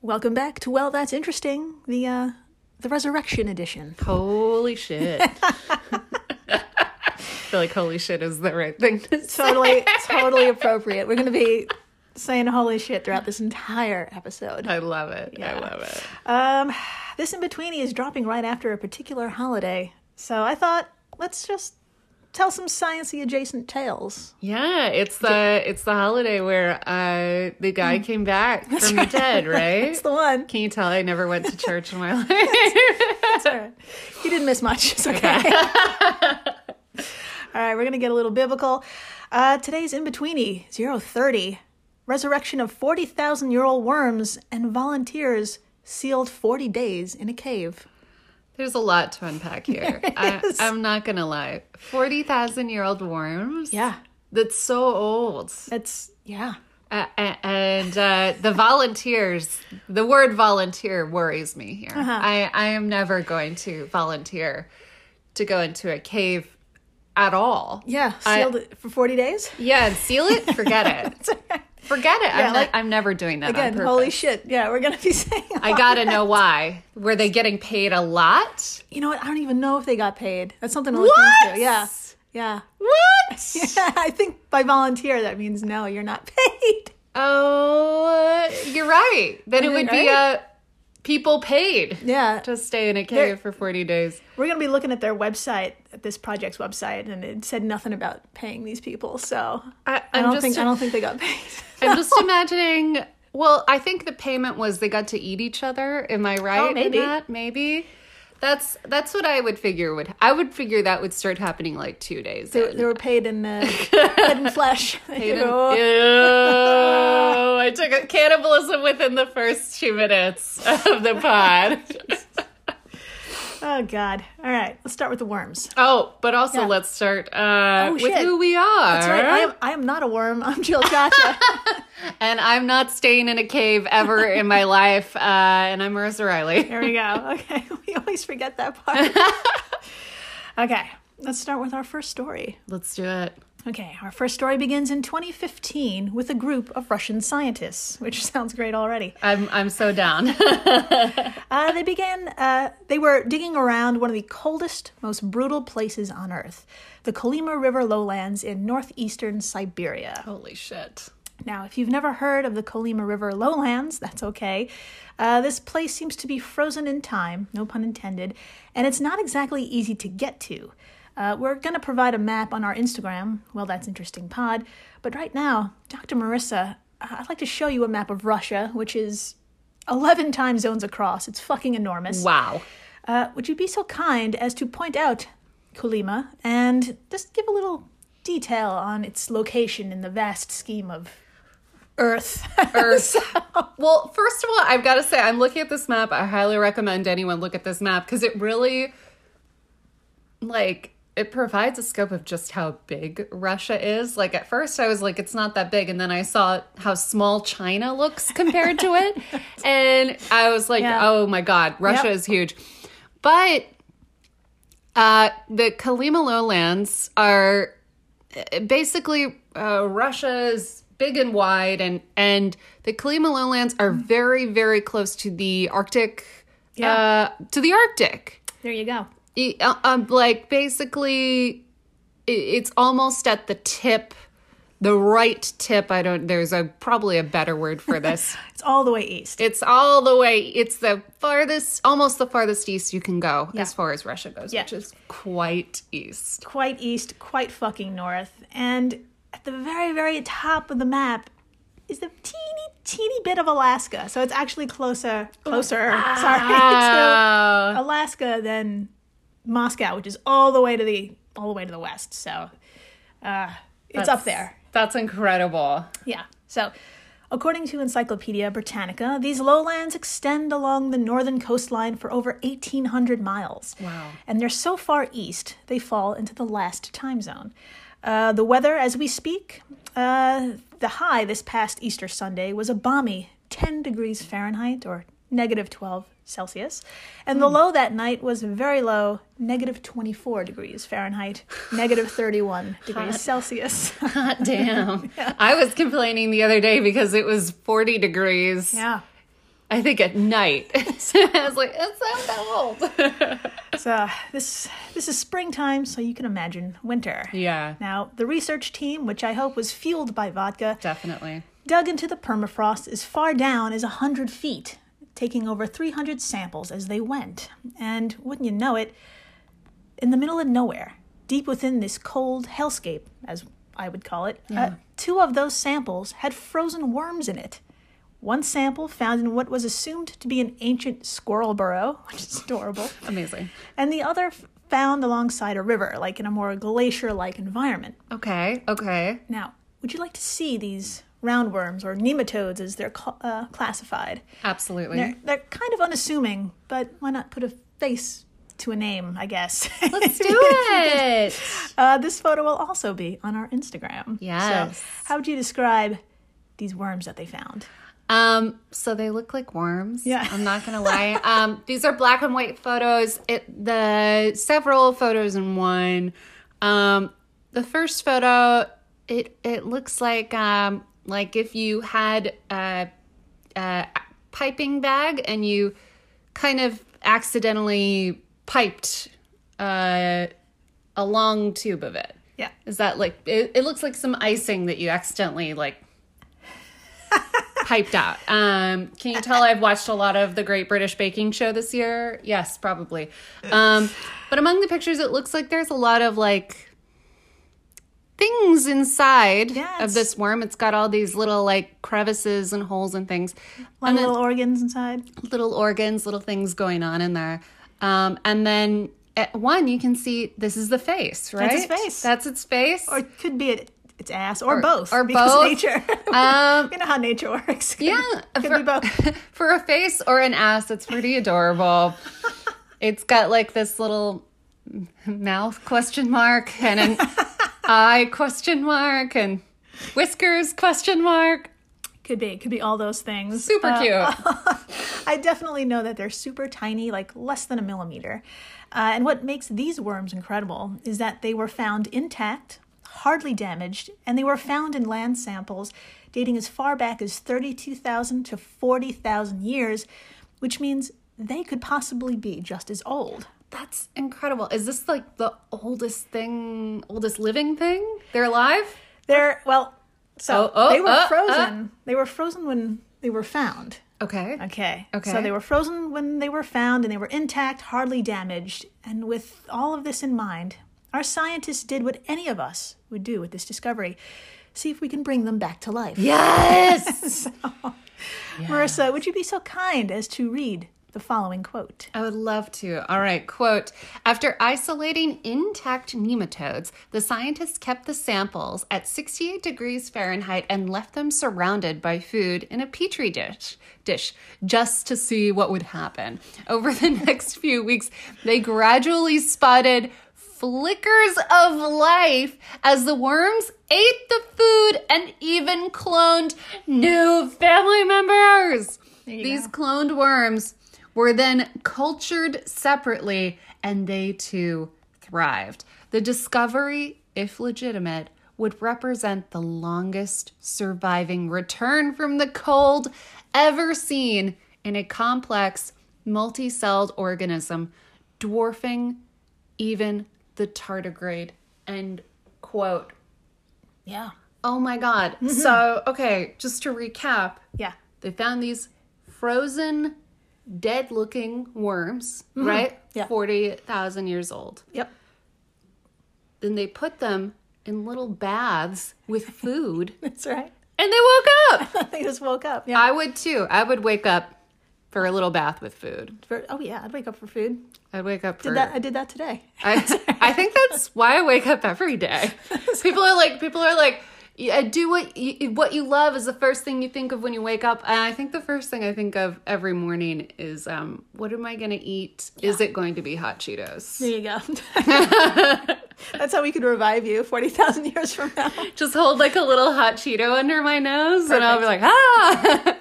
Welcome back to Well That's Interesting, the uh the resurrection edition. Holy shit. I feel like holy shit is the right thing to say. Totally totally appropriate. We're going to be saying holy shit throughout this entire episode. I love it. I love it. Um this in between is dropping right after a particular holiday. So I thought let's just tell some sciency adjacent tales. Yeah, it's the it's the holiday where uh the Mm. guy came back from the dead, right? It's the one. Can you tell I never went to church in my life? It's all right. You didn't miss much. It's okay. all right, we're going to get a little biblical. Uh, today's in betweeny, 030, resurrection of 40,000 year old worms and volunteers sealed 40 days in a cave. There's a lot to unpack here. I, I'm not gonna lie. Forty thousand year old worms. Yeah. that's so old. That's, yeah. Uh, uh, and uh, the volunteers, the word volunteer worries me here. Uh-huh. I, I am never going to volunteer to go into a cave at all. Yeah, I- sealed it for 40 days. Yeah, and seal it, forget it. Forget it. I'm, like- ne- I'm never doing that Again, on purpose. holy shit. Yeah, we're going to be saying. I gotta know why. Were they getting paid a lot? You know what? I don't even know if they got paid. That's something to look What? into. Yeah. Yeah. What? I think by volunteer, that means no, you're not paid. Oh, you're right. Then it Am I would be right? uh, people paid Yeah. to stay in a cave for 40 days. We're going to be looking at their website, at this project's website, and it said nothing about paying these people. So I, I I'm don't just think I don't think they got paid. I'm just imagining. Well, I think the payment was they got to eat each other. Am I right? in maybe. that? Maybe. That's that's what I would figure would I would figure that would start happening like two days. they, in. they were paid in uh, paid in flesh. Oh, Ew, You know? I took a cannibalism within the first two minutes of the pod. Oh God! All right, let's start with the worms. oh, but also Yeah. let's start uh, Oh, with shit. who we are. That's right. I am, I am not a worm. I'm Jill Chacha. and I'm not staying in a cave ever in my life. Uh, and I'm Marissa Riley. there we go. Okay, we always forget that part. okay, let's start with our first story. Let's do it. Okay, our first story begins in 2015 with a group of Russian scientists, which sounds great already. I'm I'm so down. Uh, they began, uh, they were digging around one of the coldest, most brutal places on Earth, the Kolyma River lowlands in northeastern Siberia. Holy shit. Now, if you've never heard of the Kolyma River lowlands, that's okay. Uh, this place seems to be frozen in time, no pun intended, and it's not exactly easy to get to. Uh, we're going to provide a map on our Instagram. Well, that's interesting, pod. But right now, Dr. Marissa, I- I'd like to show you a map of Russia, which is 11 time zones across. It's fucking enormous. Wow. Uh, would you be so kind as to point out Kolyma and just give a little detail on its location in the vast scheme of Earth? Earth. Er, well, first of all, I've got to say, I'm looking at this map. I highly recommend anyone look at this map because it really, like, it provides a scope of just how big Russia is. Like, at first, I was like, it's not that big. And then I saw how small China looks compared to it. and I was like, Yeah. oh my God, Russia Yep. is huge. But uh, the Kalima Lowlands are uh, basically uh, Russia's big and wide, and and the Kalima Lowlands are very very close to the Arctic, Mm. Yeah. uh, to the Arctic. there you go. E- uh, um, like basically, i- it's almost at the tip, the right tip. I don't. There's a probably a better word for this. It's all the way east. it's all the way. It's the farthest, almost the farthest east you can go as far as Russia goes, Yeah. which is quite east. quite east, quite fucking north. And at the very, very top of the map is the teeny, teeny bit of Alaska. So it's actually closer, closer, sorry, Oh, to Alaska than Moscow, which is all the way to the all the way to the west. So uh, it's up there. That's incredible. Yeah. So, according to Encyclopedia Britannica, these lowlands extend along the northern coastline for over 1,800 miles. Wow. And they're so far east, they fall into the last time zone. Uh, the weather, as we speak, uh, the high this past Easter Sunday was a balmy 10 degrees Fahrenheit or negative 12 Celsius. And the low that night was very low, negative 24 degrees Fahrenheit, negative 31 degrees Celsius. Hot damn. I was complaining the other day because it was 40 degrees yeah. I think at night. I was like, it's so cold. So uh, this this is springtime, so you can imagine winter. yeah, Now, the research team, which I hope was fueled by vodka, definitely. dug into the permafrost as far down as 100 feet, taking over 300 samples as they went. And wouldn't you know it, in the middle of nowhere, deep within this cold hellscape, as I would call it, uh, two of those samples had frozen worms in it. One sample found in what was assumed to be an ancient squirrel burrow, which is adorable, Amazing. and the other f- found alongside a river, like in a more glacier like environment. Okay, okay. Now, would you like to see these roundworms or nematodes as they're cl- uh, Hmm? classified? Absolutely. They're, they're kind of unassuming, but why not put a face to a name, I guess? Let's do it. uh, this photo will also be on our Instagram. Yes. So, how would you describe these worms that they found? Um, so they look like worms. Yeah. I'm not gonna lie. Um, these are black and white photos. It the several photos in one. Um, the first photo, it it looks like um like if you had a, a piping bag and you kind of accidentally piped uh, a long tube of it. Yeah. Is that like it, it looks like some icing that you accidentally like piped out. Um, can you tell I've watched a lot of the Great British Baking Show this year? Yes, probably. Um, but among the pictures, it looks like there's a lot of like things inside Yeah, of it's- this worm. It's got all these little like crevices and holes and things Like little organs inside. little organs, little things going on in there. Um, and then at one, you can see this is the face, right? its face. That's its face. Or it could be it, its ass, or, both. or because both. nature. Um, you know how nature works. yeah, Could for, be both. for a face or an ass, it's pretty adorable. it's got like this little mouth question mark and an eye question mark and whiskers question mark. Could be. Could be all those things. Super Uh, cute. I definitely know that they're super tiny, like less than a millimeter. Uh, and what makes these worms incredible is that they were found intact, hardly damaged, and they were found in land samples dating as far back as 32,000 to 40,000 years, which means they could possibly be just as old. That's incredible. Is this like the oldest thing, oldest living thing? They're alive? They're, well, so Oh, oh, they were oh, oh. frozen. They were frozen when they were found. Okay. Okay. Okay. So they were frozen when they were found and they were intact, hardly damaged. And with all of this in mind, our scientists did what any of us would do with this discovery see if we can bring them back to life. Yes. Marissa, would you be so kind as to read the following quote? I would love to. All right, quote After isolating intact nematodes, the scientists kept the samples at 68 degrees Fahrenheit and left them surrounded by food in a petri dish, dish just to see what would happen. Over the next few weeks, they gradually spotted flickers of life as the worms ate the food and even cloned new family members. These cloned worms were then cultured separately and they too thrived. The discovery, if legitimate, would represent the longest surviving return from the cold ever seen in a complex, multi celled organism, dwarfing even the tardigrade. End quote. Yeah. Oh my God. So, okay, just to recap, Yeah. they found these frozen, dead looking worms, right? Mm-hmm. Yeah. 40,000 years old. Yep. Then they put them in little baths with food That's right. and they woke up. they just woke up. Yeah. I would too. I would wake up for a little bath with food. For- oh, yeah. I'd wake up for food. I'd wake up for Did that, I did that today. I, I think that's why I wake up every day. People are like, people are like, yeah, do what you, what you love is the first thing you think of when you wake up. And I think the first thing I think of every morning is, um, what am I going to eat? Is it going to be hot Cheetos? There you go. That's how we could revive you 40,000 years from now. Just hold like a little hot Cheeto under my nose, and I'll be like, ah.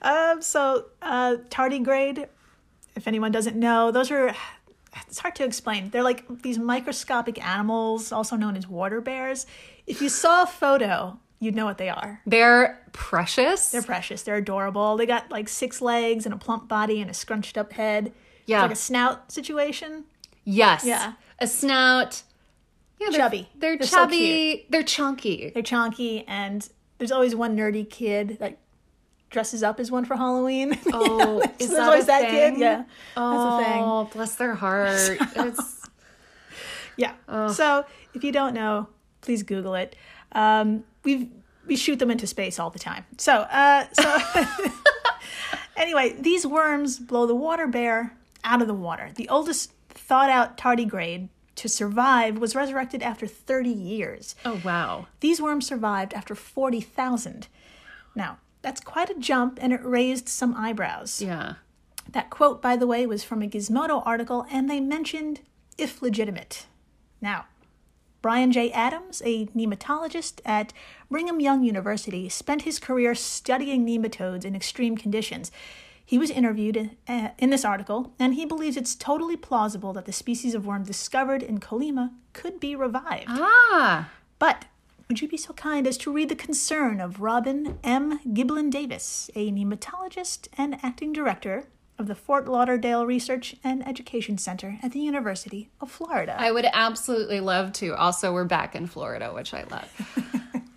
Um, so uh, tardigrade, if anyone doesn't know, those are it's hard to explain. They're like these microscopic animals, also known as water bears. If you saw a photo you'd know what they are. They're precious. They're precious. They're adorable. They got like six legs and a plump body and a scrunched up head. Yeah. It's like a snout situation. yes. Yeah. A snout. Yeah, they're, Chubby. They're, They're so chubby. they're chunky. They're chonky, and there's always one nerdy kid that dresses up as one for Halloween. Oh, is there's that always a that thing? kid. Yeah. Oh, That's a thing. bless their heart. It's Yeah. So if you don't know, please Google it. Um, we we shoot them into space all the time. So uh, so anyway, these worms blow the water bear out of the water. The oldest thought out tardigrade to survive was resurrected after 30 years. oh wow. These worms survived after 40,000. Now, that's quite a jump and it raised some eyebrows. Yeah. That quote, by the way, was from a Gizmodo article, and they mentioned if legitimate. Now, Brian J. Adams, a nematologist at Brigham Young University, spent his career studying nematodes in extreme conditions. He was interviewed in, uh, in this article, and he believes it's totally plausible that the species of worm discovered in Colima could be revived. Ah. But would you be so kind as to read the concern of Robin M. Giblin Davis, a nematologist and acting director of the Fort Lauderdale Research and Education Center at the University of Florida? I would absolutely love to. Also, we're back in Florida, which I love.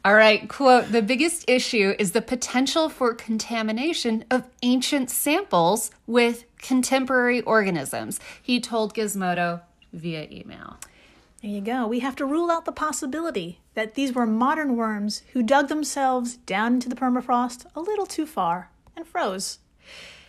All right, quote The biggest issue is the potential for contamination of ancient samples with contemporary organisms, he told Gizmodo via email. There you go. We have to rule out the possibility that these were modern worms who dug themselves down into the permafrost a little too far and froze.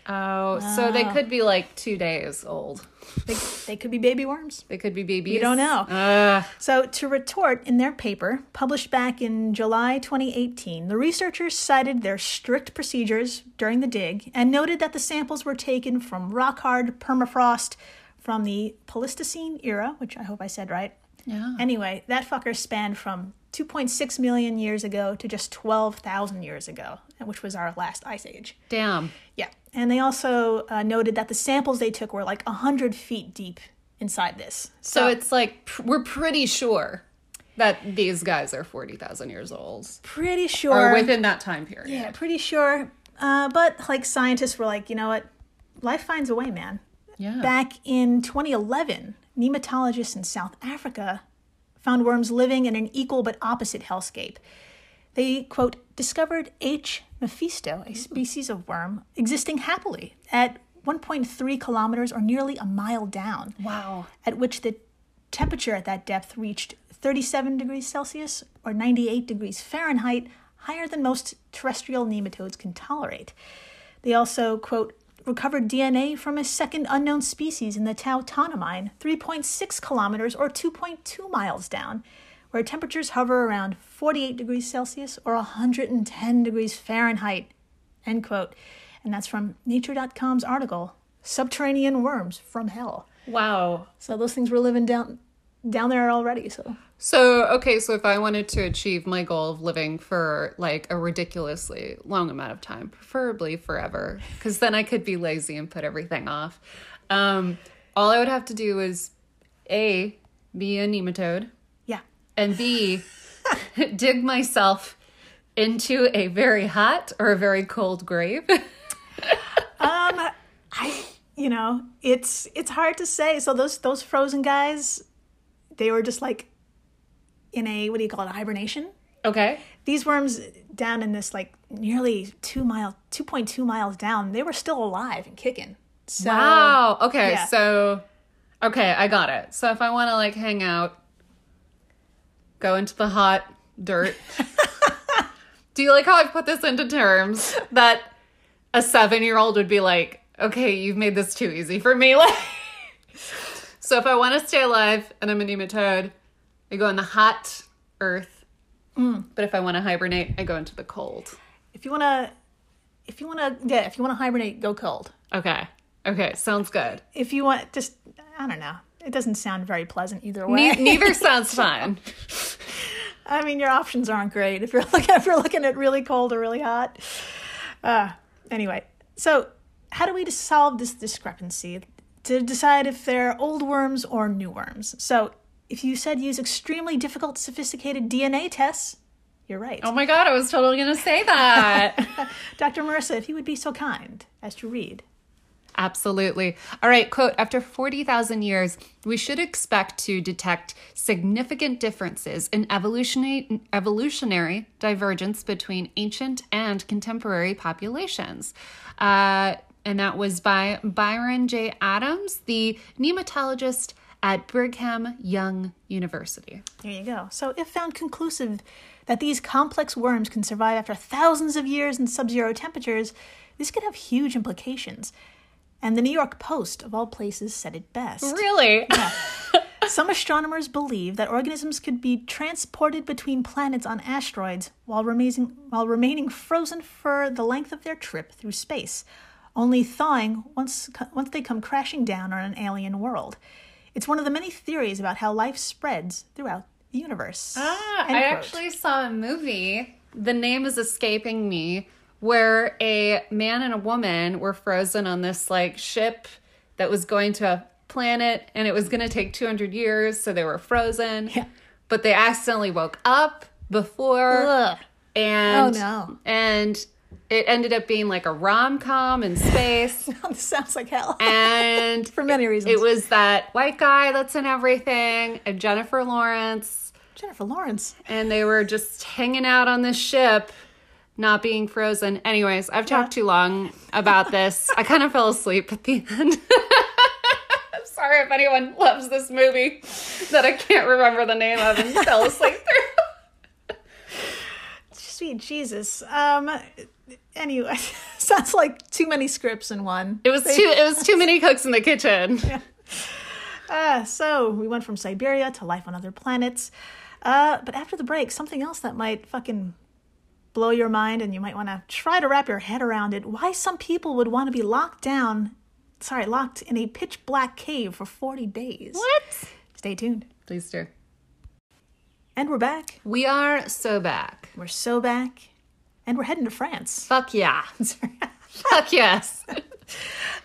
Oh, so they could be like two days old. They, they could be baby worms. They could be babies. You don't know. Ugh. So, to retort in their paper, published back in July 2018, the researchers cited their strict procedures during the dig and noted that the samples were taken from rock hard permafrost from the Pleistocene era, which I hope I said right. Yeah. Anyway, that fucker spanned from 2.6 million years ago to just 12,000 years ago, which was our last ice age. Damn. Yeah. And they also uh, noted that the samples they took were like 100 feet deep inside this. So it's like pr- we're pretty sure that these guys are 40,000 years old Oh, Pretty sure. or within that time period. Yeah, pretty sure. Uh, but like scientists were like, you know what? Life finds a way, man. Yeah. Back in 2011, nematologists in South Africa found worms living in an equal but opposite hellscape. They, quote, discovered H. mephisto, a species of worm, existing happily at 1.3 kilometers or nearly a mile down Wow. at which the temperature at that depth reached 37 degrees Celsius or 98 degrees Fahrenheit, higher than most terrestrial nematodes can tolerate. They also, quote, recovered DNA from a second unknown species in the Tautonomine, 3.6 kilometers or 2.2 miles down, where temperatures hover around 48 degrees Celsius or 110 degrees Fahrenheit, end quote. And that's from Nature.com's article, Subterranean Worms from Hell. Wow. So those things were living down down there already. So So, okay, so if I wanted to achieve my goal of living for like a ridiculously long amount of time, preferably forever, because then I could be lazy and put everything off, um, all I would have to do is A, be a nematode, yeah, and B, dig myself into a very hot or a very cold grave. I you know it's it's hard to say. So those those frozen guys, they were just like in a what do you call it hibernation. okay. These worms down in this like nearly two mile two point two miles down, they were still alive and kicking. So Wow. Okay. yeah. So, okay, I got it. So if I want to like hang out, go into the hot dirt. Do you like how I put this into terms that a seven year old would be like, okay, you've made this too easy for me? Like, so if I want to stay alive and I'm a nematode, I go in the hot earth. Mm. But if I want to hibernate, I go into the cold. if you wanna if you wanna yeah if you wanna hibernate, go cold. Okay. Okay. Sounds good. If you want just I don't know. It doesn't sound very pleasant either way. Ne- neither sounds fun. I mean, your options aren't great if you're looking if you're looking at really cold or really hot. Uh, anyway, so how do we just solve this discrepancy to decide if they're old worms or new worms? So if you said use extremely difficult, sophisticated DNA tests, You're right. Oh my god, I was totally going to say that. Dr. Marissa, if you would be so kind as to read. Absolutely. All right, quote After 40,000 years, we should expect to detect significant differences in evolutionary, evolutionary divergence between ancient and contemporary populations. Uh, and that was by Byron J. Adams, the nematologist at Brigham Young University. There you go. So, if found conclusive that these complex worms can survive after thousands of years in sub zero temperatures, this could have huge implications. And the New York Post, of all places, said it best. Really? Some astronomers believe that organisms could be transported between planets on asteroids while remaining, while remaining frozen for the length of their trip through space, only thawing once, once they come crashing down on an alien world. It's one of the many theories about how life spreads throughout the universe. Ah, End I quote. actually saw a movie. The name is escaping me, where a man and a woman were frozen on this like ship that was going to a planet, and it was going to take two hundred years, so they were frozen. Yeah. But they accidentally woke up before, Ugh. and Oh, no. and it ended up being like a rom com in space, this sounds like hell. and For many reasons. it was that white guy that's in everything, and Jennifer Lawrence Jennifer Lawrence. and they were just hanging out on the ship, not being frozen. Anyways, I've talked too long about this. I kind of fell asleep at the end. I'm sorry if anyone loves this movie that I can't remember the name of and fell asleep through. Sweet Jesus. Um anyway, sounds like too many scripts in one. It was too it was too many cooks in the kitchen. Uh, so we went from Siberia to life on other planets. Uh, but after the break, something else that might fucking blow your mind and you might want to try to wrap your head around it why some people would want to be locked down, sorry, locked in a pitch black cave for 40 days. What? Stay tuned. Please do. And we're back. We are so back. We're so back. And we're heading to France. Fuck yeah. Fuck yes.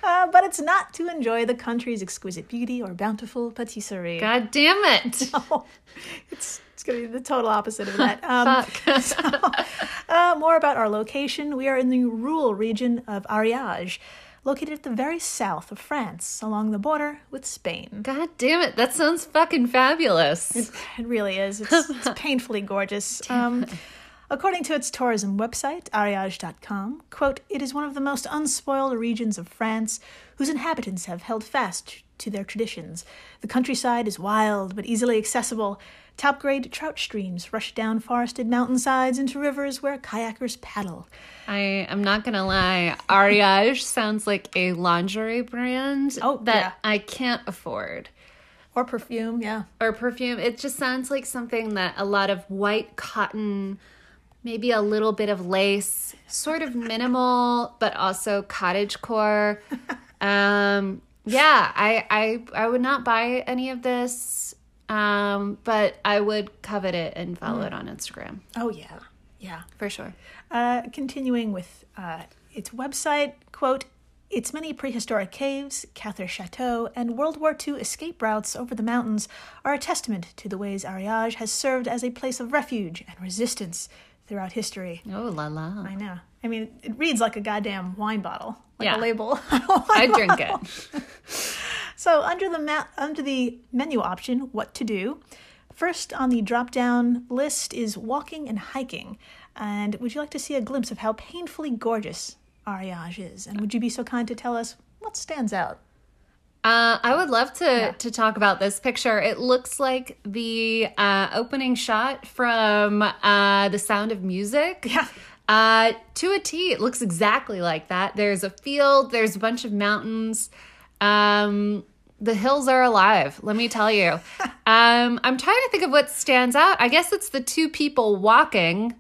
Uh, but it's not to enjoy the country's exquisite beauty or bountiful patisserie. God damn it. Oh, it's it's going to be the total opposite of that. Um, Fuck. uh, more about our location. We are in the rural region of Ariège, located at the very south of France, along the border with Spain. God damn it. That sounds fucking fabulous. It really is. It's, it's painfully gorgeous. Um, according to its tourism website, ariage.com, quote, it is one of the most unspoiled regions of France whose inhabitants have held fast to their traditions. The countryside is wild but easily accessible. Top grade trout streams rush down forested mountainsides into rivers where kayakers paddle. I am not gonna lie. Ariage sounds like a lingerie brand Oh, that yeah. I can't afford. Or perfume, yeah. Or perfume. It just sounds like something that a lot of white cotton, maybe a little bit of lace, sort of minimal, but also cottage core. Um, yeah, I, I I would not buy any of this, um, but I would covet it and follow it on Instagram Oh, yeah. Yeah. for sure. Uh, continuing with uh, its website, quote, its many prehistoric caves, Cather Chateau, and World War II escape routes over the mountains are a testament to the ways Ariage has served as a place of refuge and resistance throughout history. Oh la la. I know. I mean, it reads like a goddamn wine bottle, like Yeah. a label. I drink it. So under the ma- under the menu option, what to do? First on the drop down list is walking and hiking. And would you like to see a glimpse of how painfully gorgeous Ariage is? And would you be so kind to tell us what stands out? Uh, I would love to to talk about this picture. It looks like the uh, opening shot from uh, The Sound of Music. Yeah. Uh, to a T, it looks exactly like that. There's a field. There's a bunch of mountains. Um, the hills are alive. Let me tell you. um, I'm trying to think of what stands out. I guess it's the two people walking.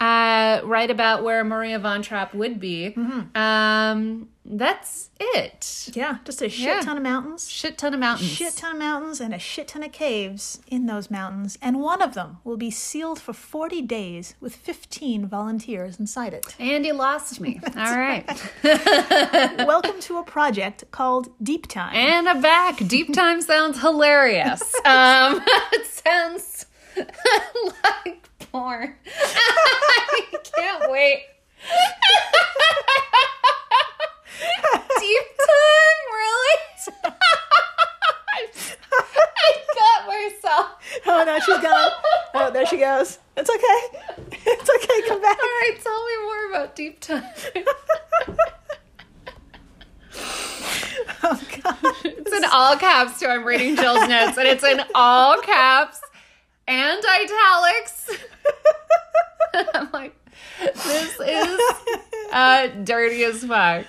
Uh, right about where Maria von Trapp would be. Um, that's it Yeah, just a shit Yeah. ton of mountains. shit ton of mountains. Shit ton of mountains and a shit ton of caves in those mountains, and one of them will be sealed for 40 days with 15 volunteers inside it. Andy lost me. All right. Welcome to a project called Deep Time. And I'm back. Deep time sounds hilarious. Um, it sounds like porn. I can't wait. Deep time, really? I got myself. Oh no, she's gone. Oh, there she goes. It's okay. It's okay. Come back. All right, tell me more about deep time. Oh god. It's in all caps, too. I'm reading Jill's notes, and it's in all caps and italics. I'm like, this is uh, dirty as fuck.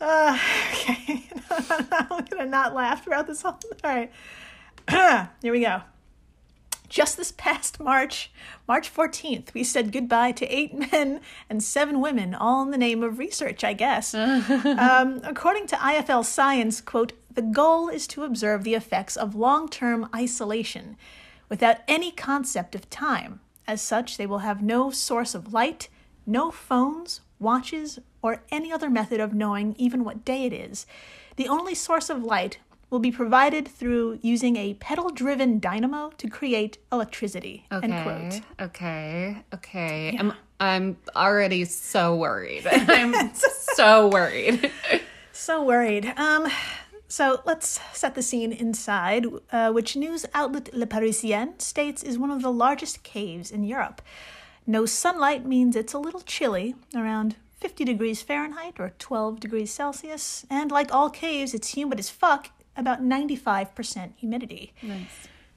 Uh, okay. I'm gonna not laugh throughout this whole. All right. Here we go. Just this past March, March 14th, we said goodbye to eight men and seven women, all in the name of research, I guess. um, according to IFL Science, quote, the goal is to observe the effects of long term isolation without any concept of time. As such, they will have no source of light, no phones, watches, or any other method of knowing even what day it is. The only source of light will be provided through using a pedal driven dynamo to create electricity. End quote. Okay, okay, okay. I'm, I'm already so worried. I'm so worried. So worried. Um, so let's set the scene inside, uh, which news outlet Le Parisien states is one of the largest caves in Europe. No sunlight means it's a little chilly, around 50 degrees Fahrenheit or 12 degrees Celsius, and like all caves, it's humid as fuck, about 95% humidity.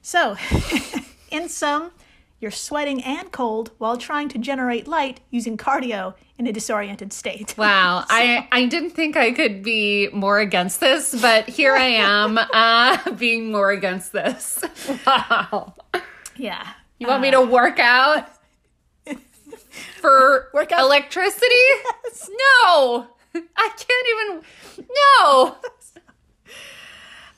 So, in sum, you're sweating and cold while trying to generate light using cardio in a disoriented state. Wow, I, I didn't think I could be more against this, but here I am uh, being more against this. Wow. Yeah. You want me Uh-huh. to work out for Work out? electricity? No, I can't even. No.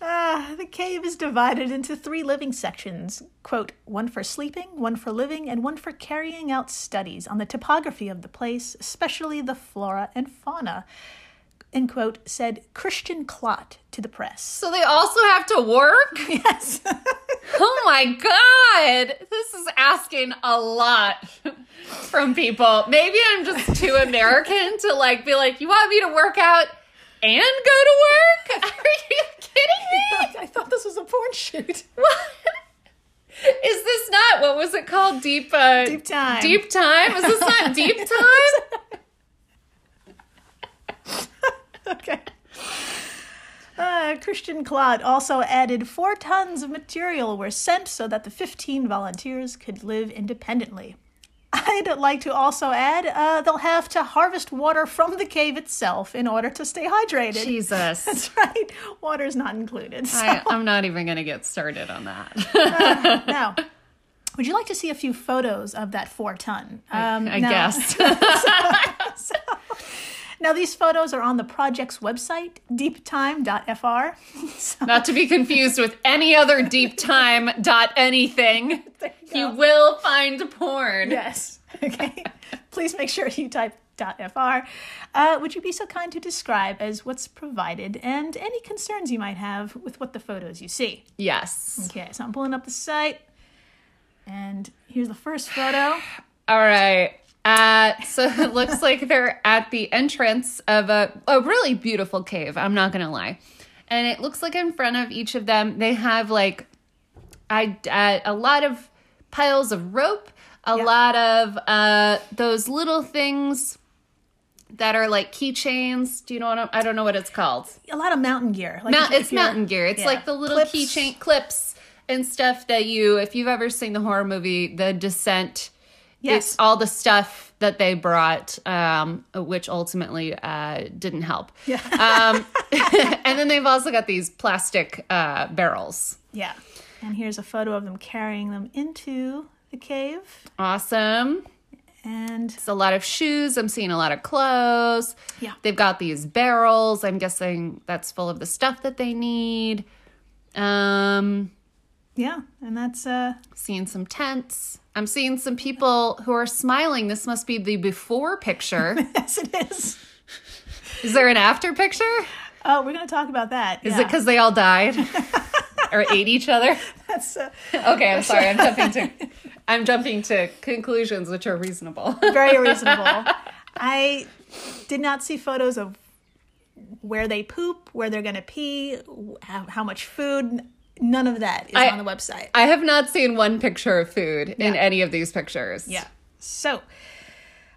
Ah, the cave is divided into three living sections quote, one for sleeping, one for living, and one for carrying out studies on the topography of the place, especially the flora and fauna, end quote, said Christian Klott to the press. So they also have to work? Yes. Oh my god! This is asking a lot from people. Maybe I'm just too American to like be like, you want me to work out and go to work? Are you kidding me? I thought this was a porn shoot. What? Is this not what was it called? Deep uh, Deep time. Deep time? Is this not deep time? okay. Uh, Christian Claude also added four tons of material were sent so that the 15 volunteers could live independently. I'd like to also add uh, they'll have to harvest water from the cave itself in order to stay hydrated. Jesus. That's right, water's not included. So, I, I'm not even gonna get started on that. now, would you like to see a few photos of that four ton? Um, I now- guessed. Now, these photos are on the project's website, deeptime.fr. So, Not to be confused with any other deep time dot anything. there you go. You will find porn. Yes. Okay. Please make sure you type .fr. Uh, would you be so kind to describe as what's provided and any concerns you might have with what the photos you see? Yes. Okay, so I'm pulling up the site, and here's the first photo. All right. Uh, so it looks like they're at the entrance of a, a really beautiful cave. I'm not going to lie. And it looks like in front of each of them, they have like I, uh, a lot of piles of rope, a lot of uh, those little things that are like keychains. Do you know what I'm, I don't know what it's called? A lot of mountain gear. Like Mount, if- if it's you're- mountain gear. It's yeah. like the little Clips. keychain clips and stuff that you, if you've ever seen the horror movie The Descent, Yes. it's all the stuff that they brought, um, which ultimately uh, didn't help. Yeah. um, and then they've also got these plastic uh, barrels. Yeah. And here's a photo of them carrying them into the cave. Awesome. And It's a lot of shoes. I'm seeing a lot of clothes. Yeah. They've got these barrels. I'm guessing that's full of the stuff that they need. Um, yeah, and that's uh seeing some tents. I'm seeing some people who are smiling. This must be the before picture. yes it is. Is there an after picture? Oh, we're gonna talk about that. Is it because they all died or ate each other? that's uh, Okay, I'm sorry. I'm jumping to. I'm jumping to conclusions which are reasonable. Very reasonable. I did not see photos of where they poop, where they're going to pee, how, how much food. None of that is I- on the website. I have not seen one picture of food in any of these pictures. Yeah. So,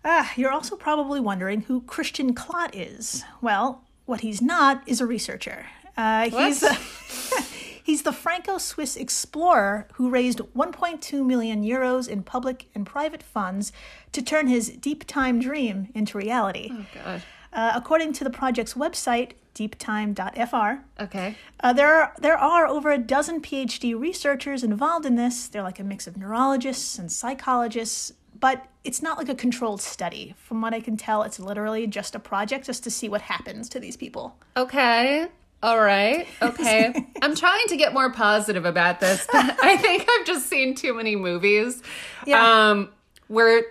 ah, you're also probably wondering who Christian Klott is. Well, what he's not is a researcher. Uh, he's What? he's the Franco-Swiss explorer who raised 1.2 million euros in public and private funds to turn his deep time dream into reality. Oh, God. Uh, according to the project's website, deeptime.fr, Okay. uh, there are there are over a dozen PhD researchers involved in this. They're like a mix of neurologists and psychologists, but it's not like a controlled study. From what I can tell, it's literally just a project just to see what happens to these people. Okay. All right. Okay. I'm trying to get more positive about this. but I think I've just seen too many movies. Yeah. Um, where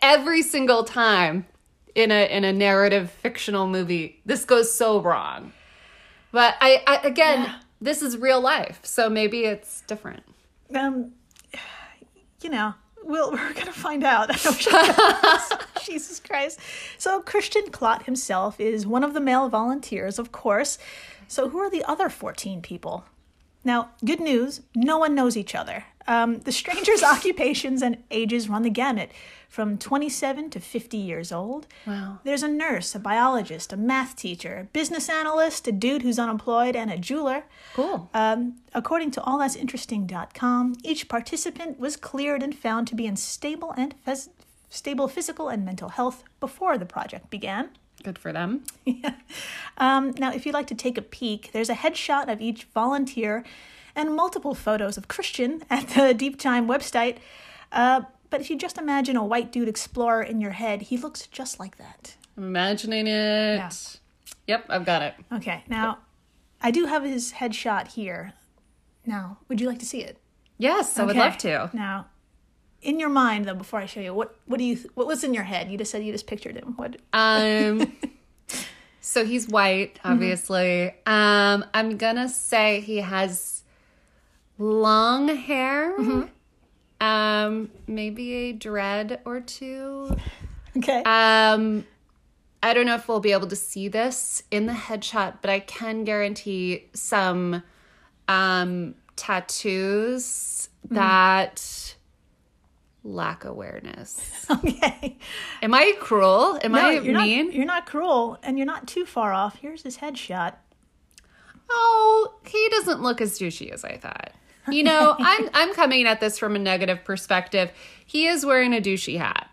every single time in a in a narrative fictional movie, this goes so wrong. But I, I again, this is real life, so maybe it's different. Um, you know, we'll, we're gonna find out. I wish I could. Jesus Christ! So Christian Klott himself is one of the male volunteers, of course. So who are the other fourteen people? Now, good news, no one knows each other. Um, the strangers' occupations and ages run the gamut from 27 to 50 years old. Wow. There's a nurse, a biologist, a math teacher, a business analyst, a dude who's unemployed, and a jeweler. Cool. Um, according to allthat'sinteresting.com, each participant was cleared and found to be in stable and phys- stable physical and mental health before the project began. Good for them. Um, now, if you'd like to take a peek, there's a headshot of each volunteer and multiple photos of Christian at the Deep Time website. Uh, but if you just imagine a white dude explorer in your head, he looks just like that. I'm imagining it. Yep, I've got it. Okay, now I do have his headshot here. Now, would you like to see it? Yes, I would Okay. love to. Now, in your mind though, before I show you, what what do you what was in your head? You just said you just pictured him. What? Um, so he's white, Mm-hmm. obviously. Um, I'm gonna say he has long hair. Mm-hmm. Um, maybe a dread or two. Okay. Um, I don't know if we'll be able to see this in the headshot, but I can guarantee some um tattoos Mm-hmm. that lack awareness. okay. Am I cruel? Am I you're mean? not you're not cruel, and you're not too far off. Here's his headshot. Oh, he doesn't look as douchey as I thought. You know, I'm I'm coming at this from a negative perspective. He is wearing a douchey hat.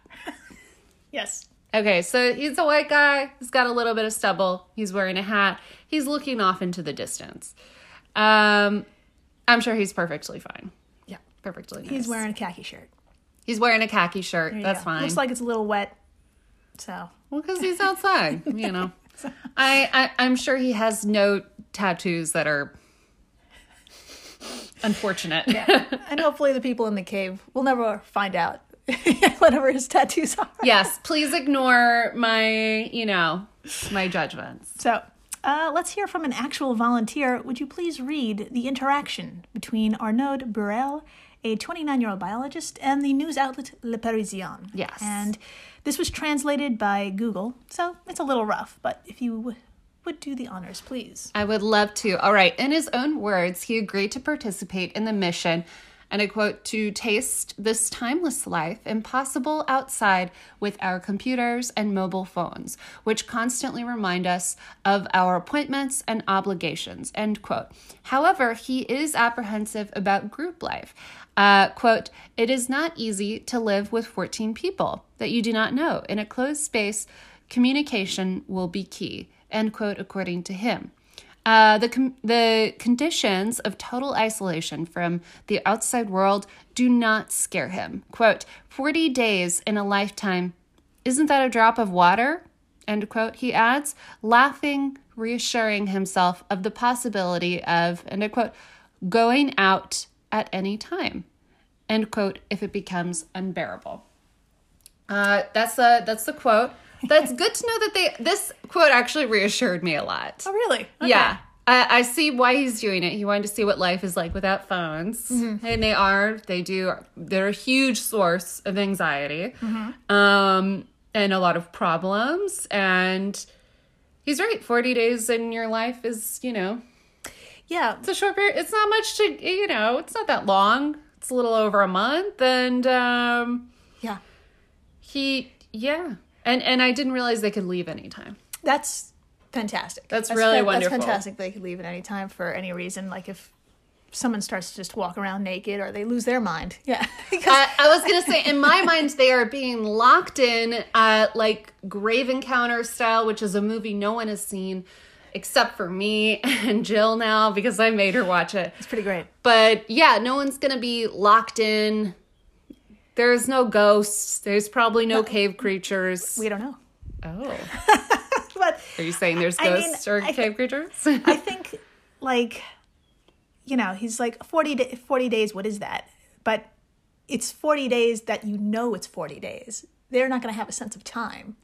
Yes. Okay, so he's a white guy. He's got a little bit of stubble. He's wearing a hat. He's looking off into the distance. Um, I'm sure he's perfectly fine. Yeah. Perfectly. Nice. He's wearing a khaki shirt. He's wearing a khaki shirt. There you That's go. fine. Looks like it's a little wet. So Well, because he's outside, you know. I, I I'm sure he has no tattoos that are unfortunate. and hopefully the people in the cave will never find out whatever his tattoos are. yes, please ignore my, you know, my judgments. So uh, let's hear from an actual volunteer. Would you please read the interaction between Arnaud Burel, a 29 year old biologist, and the news outlet Le Parisien? Yes. And this was translated by Google, so it's a little rough, but if you w- would do the honors, please. I would love to. All right. In his own words, he agreed to participate in the mission, and I quote, to taste this timeless life impossible outside with our computers and mobile phones, which constantly remind us of our appointments and obligations, end quote. However, he is apprehensive about group life. Uh, quote, it is not easy to live with 14 people that you do not know. In a closed space, communication will be key, end quote, according to him. Uh, the, com- the conditions of total isolation from the outside world do not scare him. Quote, 40 days in a lifetime, isn't that a drop of water? End quote, he adds, laughing, reassuring himself of the possibility of, and I quote, going out at any time, end quote, if it becomes unbearable. Uh, that's the that's the quote. That's good to know that they this quote actually reassured me a lot. Oh, really? Okay. Yeah. I, I see why he's doing it. He wanted to see what life is like without phones, and they are. They do. They're a huge source of anxiety, um, and a lot of problems. And he's right. Forty days in your life is, you know, Yeah. it's a short period. It's not much to, you know, it's not that long. It's a little over a month, and um, Yeah. he, yeah, and and I didn't realize they could leave anytime. That's fantastic. That's really wonderful. That's fantastic. They could leave at any time for any reason. Like if someone starts to just walk around naked or they lose their mind. Yeah. because I, I was gonna say, in my mind, they are being locked in, uh, like Grave Encounter style, which is a movie no one has seen except for me and Jill now because I made her watch it. it's pretty great. But yeah, no one's gonna be locked in. There's no ghosts. There's probably no cave creatures. We don't know. oh, But are you saying there's I mean, ghosts or I- cave creatures? I think like you know, he's like 40 da 40 days, what is that? But it's 40 days that you know it's 40 days. They're not going to have a sense of time.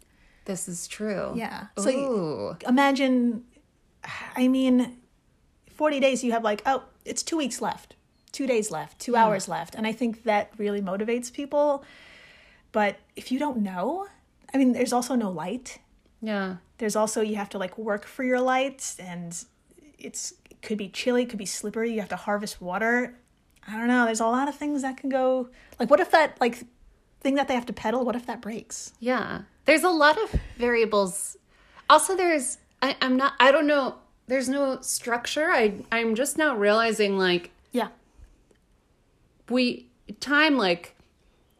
this is true. Yeah. So you- Ooh. imagine i mean 40 days you have like oh it's two weeks left two days left two hours left and i think that really motivates people but if you don't know i mean there's also no light yeah. there's also you have to like work for your light and it's it could be chilly it could be slippery you have to harvest water i don't know there's a lot of things that can go like what if that like thing that they have to pedal what if that breaks Yeah. There's a lot of variables. Also, there's, I, I'm not, I don't know, there's no structure. I, I'm just now realizing like yeah we, time, like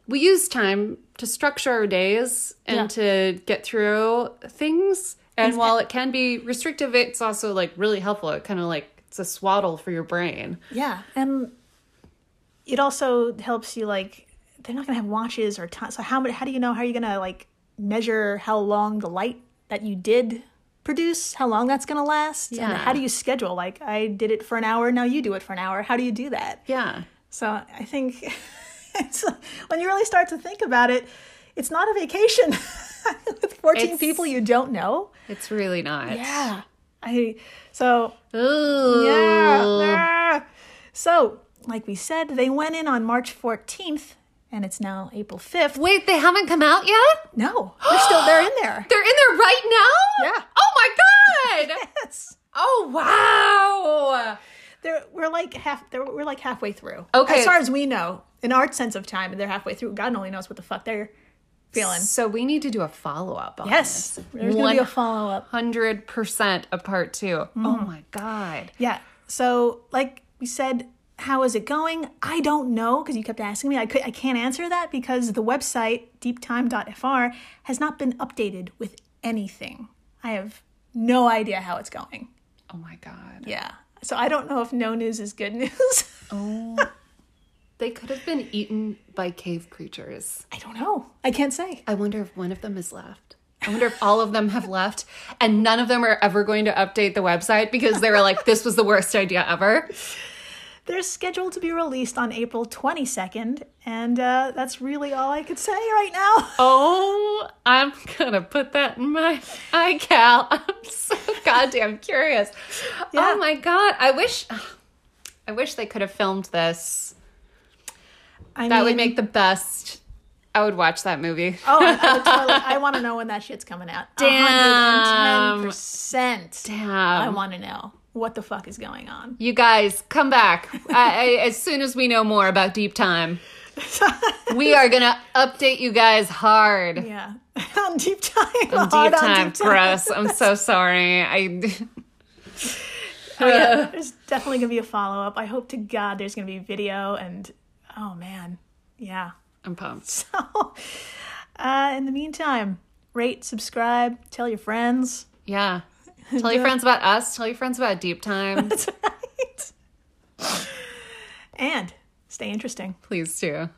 we use time to structure our days and Yeah. to get through things. And while it can be restrictive, it's also like really helpful. It kind of like, it's a swaddle for your brain. Yeah, and it also helps you like they're not gonna have watches or time. So how mu- how do you know how you are gonna like measure how long the light that you did produce, how long that's gonna last, and Yeah. how do you schedule? Like I did it for an hour, now you do it for an hour. How do you do that? Yeah. So I think it's when you really start to think about it, it's not a vacation with fourteen It's- people you don't know. It's really not. Yeah, I so Ooh. yeah. Ah. So, like we said, they went in on March 14th, and it's now April 5th. Wait, they haven't come out yet? No, they're still there in there. They're in there right now? Yeah. Oh my God. Yes. Oh wow! They're, we're like half. They're, we're like halfway through. Okay. As far as we know, in our sense of time, they're halfway through. God only knows what the fuck they're feeling. So we need to do a follow up. on Yes. There's gonna be a follow up. Hundred percent a part 2 Oh my god! Yeah. So, like we said, how is it going? I don't know because you kept asking me. I, could, I can't answer that because the website, deeptime.fr, has not been updated with anything. I have no idea how it's going. Oh my god! Yeah. So, I don't know if no news is good news. They could have been eaten by cave creatures. I don't know. I can't say. I wonder if one of them is left. I wonder if all of them have left, and none of them are ever going to update the website because they were like, "This was the worst idea ever." They're scheduled to be released on April 22nd, and uh, that's really all I could say right now. Oh, I'm gonna put that in my iCal. I'm so goddamn curious. Yeah. Oh my god, I wish, I wish they could have filmed this. I That would mean- make the best. I would watch that movie. Oh, I, I, would totally- I want to know when that shit's coming out. Damn. 110%. Damn. I want to know what the fuck is going on. you guys, come back I, I, as soon as we know more about Deep Time. we are gonna update you guys hard. Yeah. on deep time. On Deep time, gross. I'm so sorry. I. Oh, yeah. There's definitely going to be a follow up. I hope to God there's going to be video and, oh man. Yeah. I'm pumped. So, uh, in the meantime, rate, subscribe, tell your friends. Yeah. Tell your friends about us. Tell your friends about Deep Time. That's right. and stay interesting. Please do.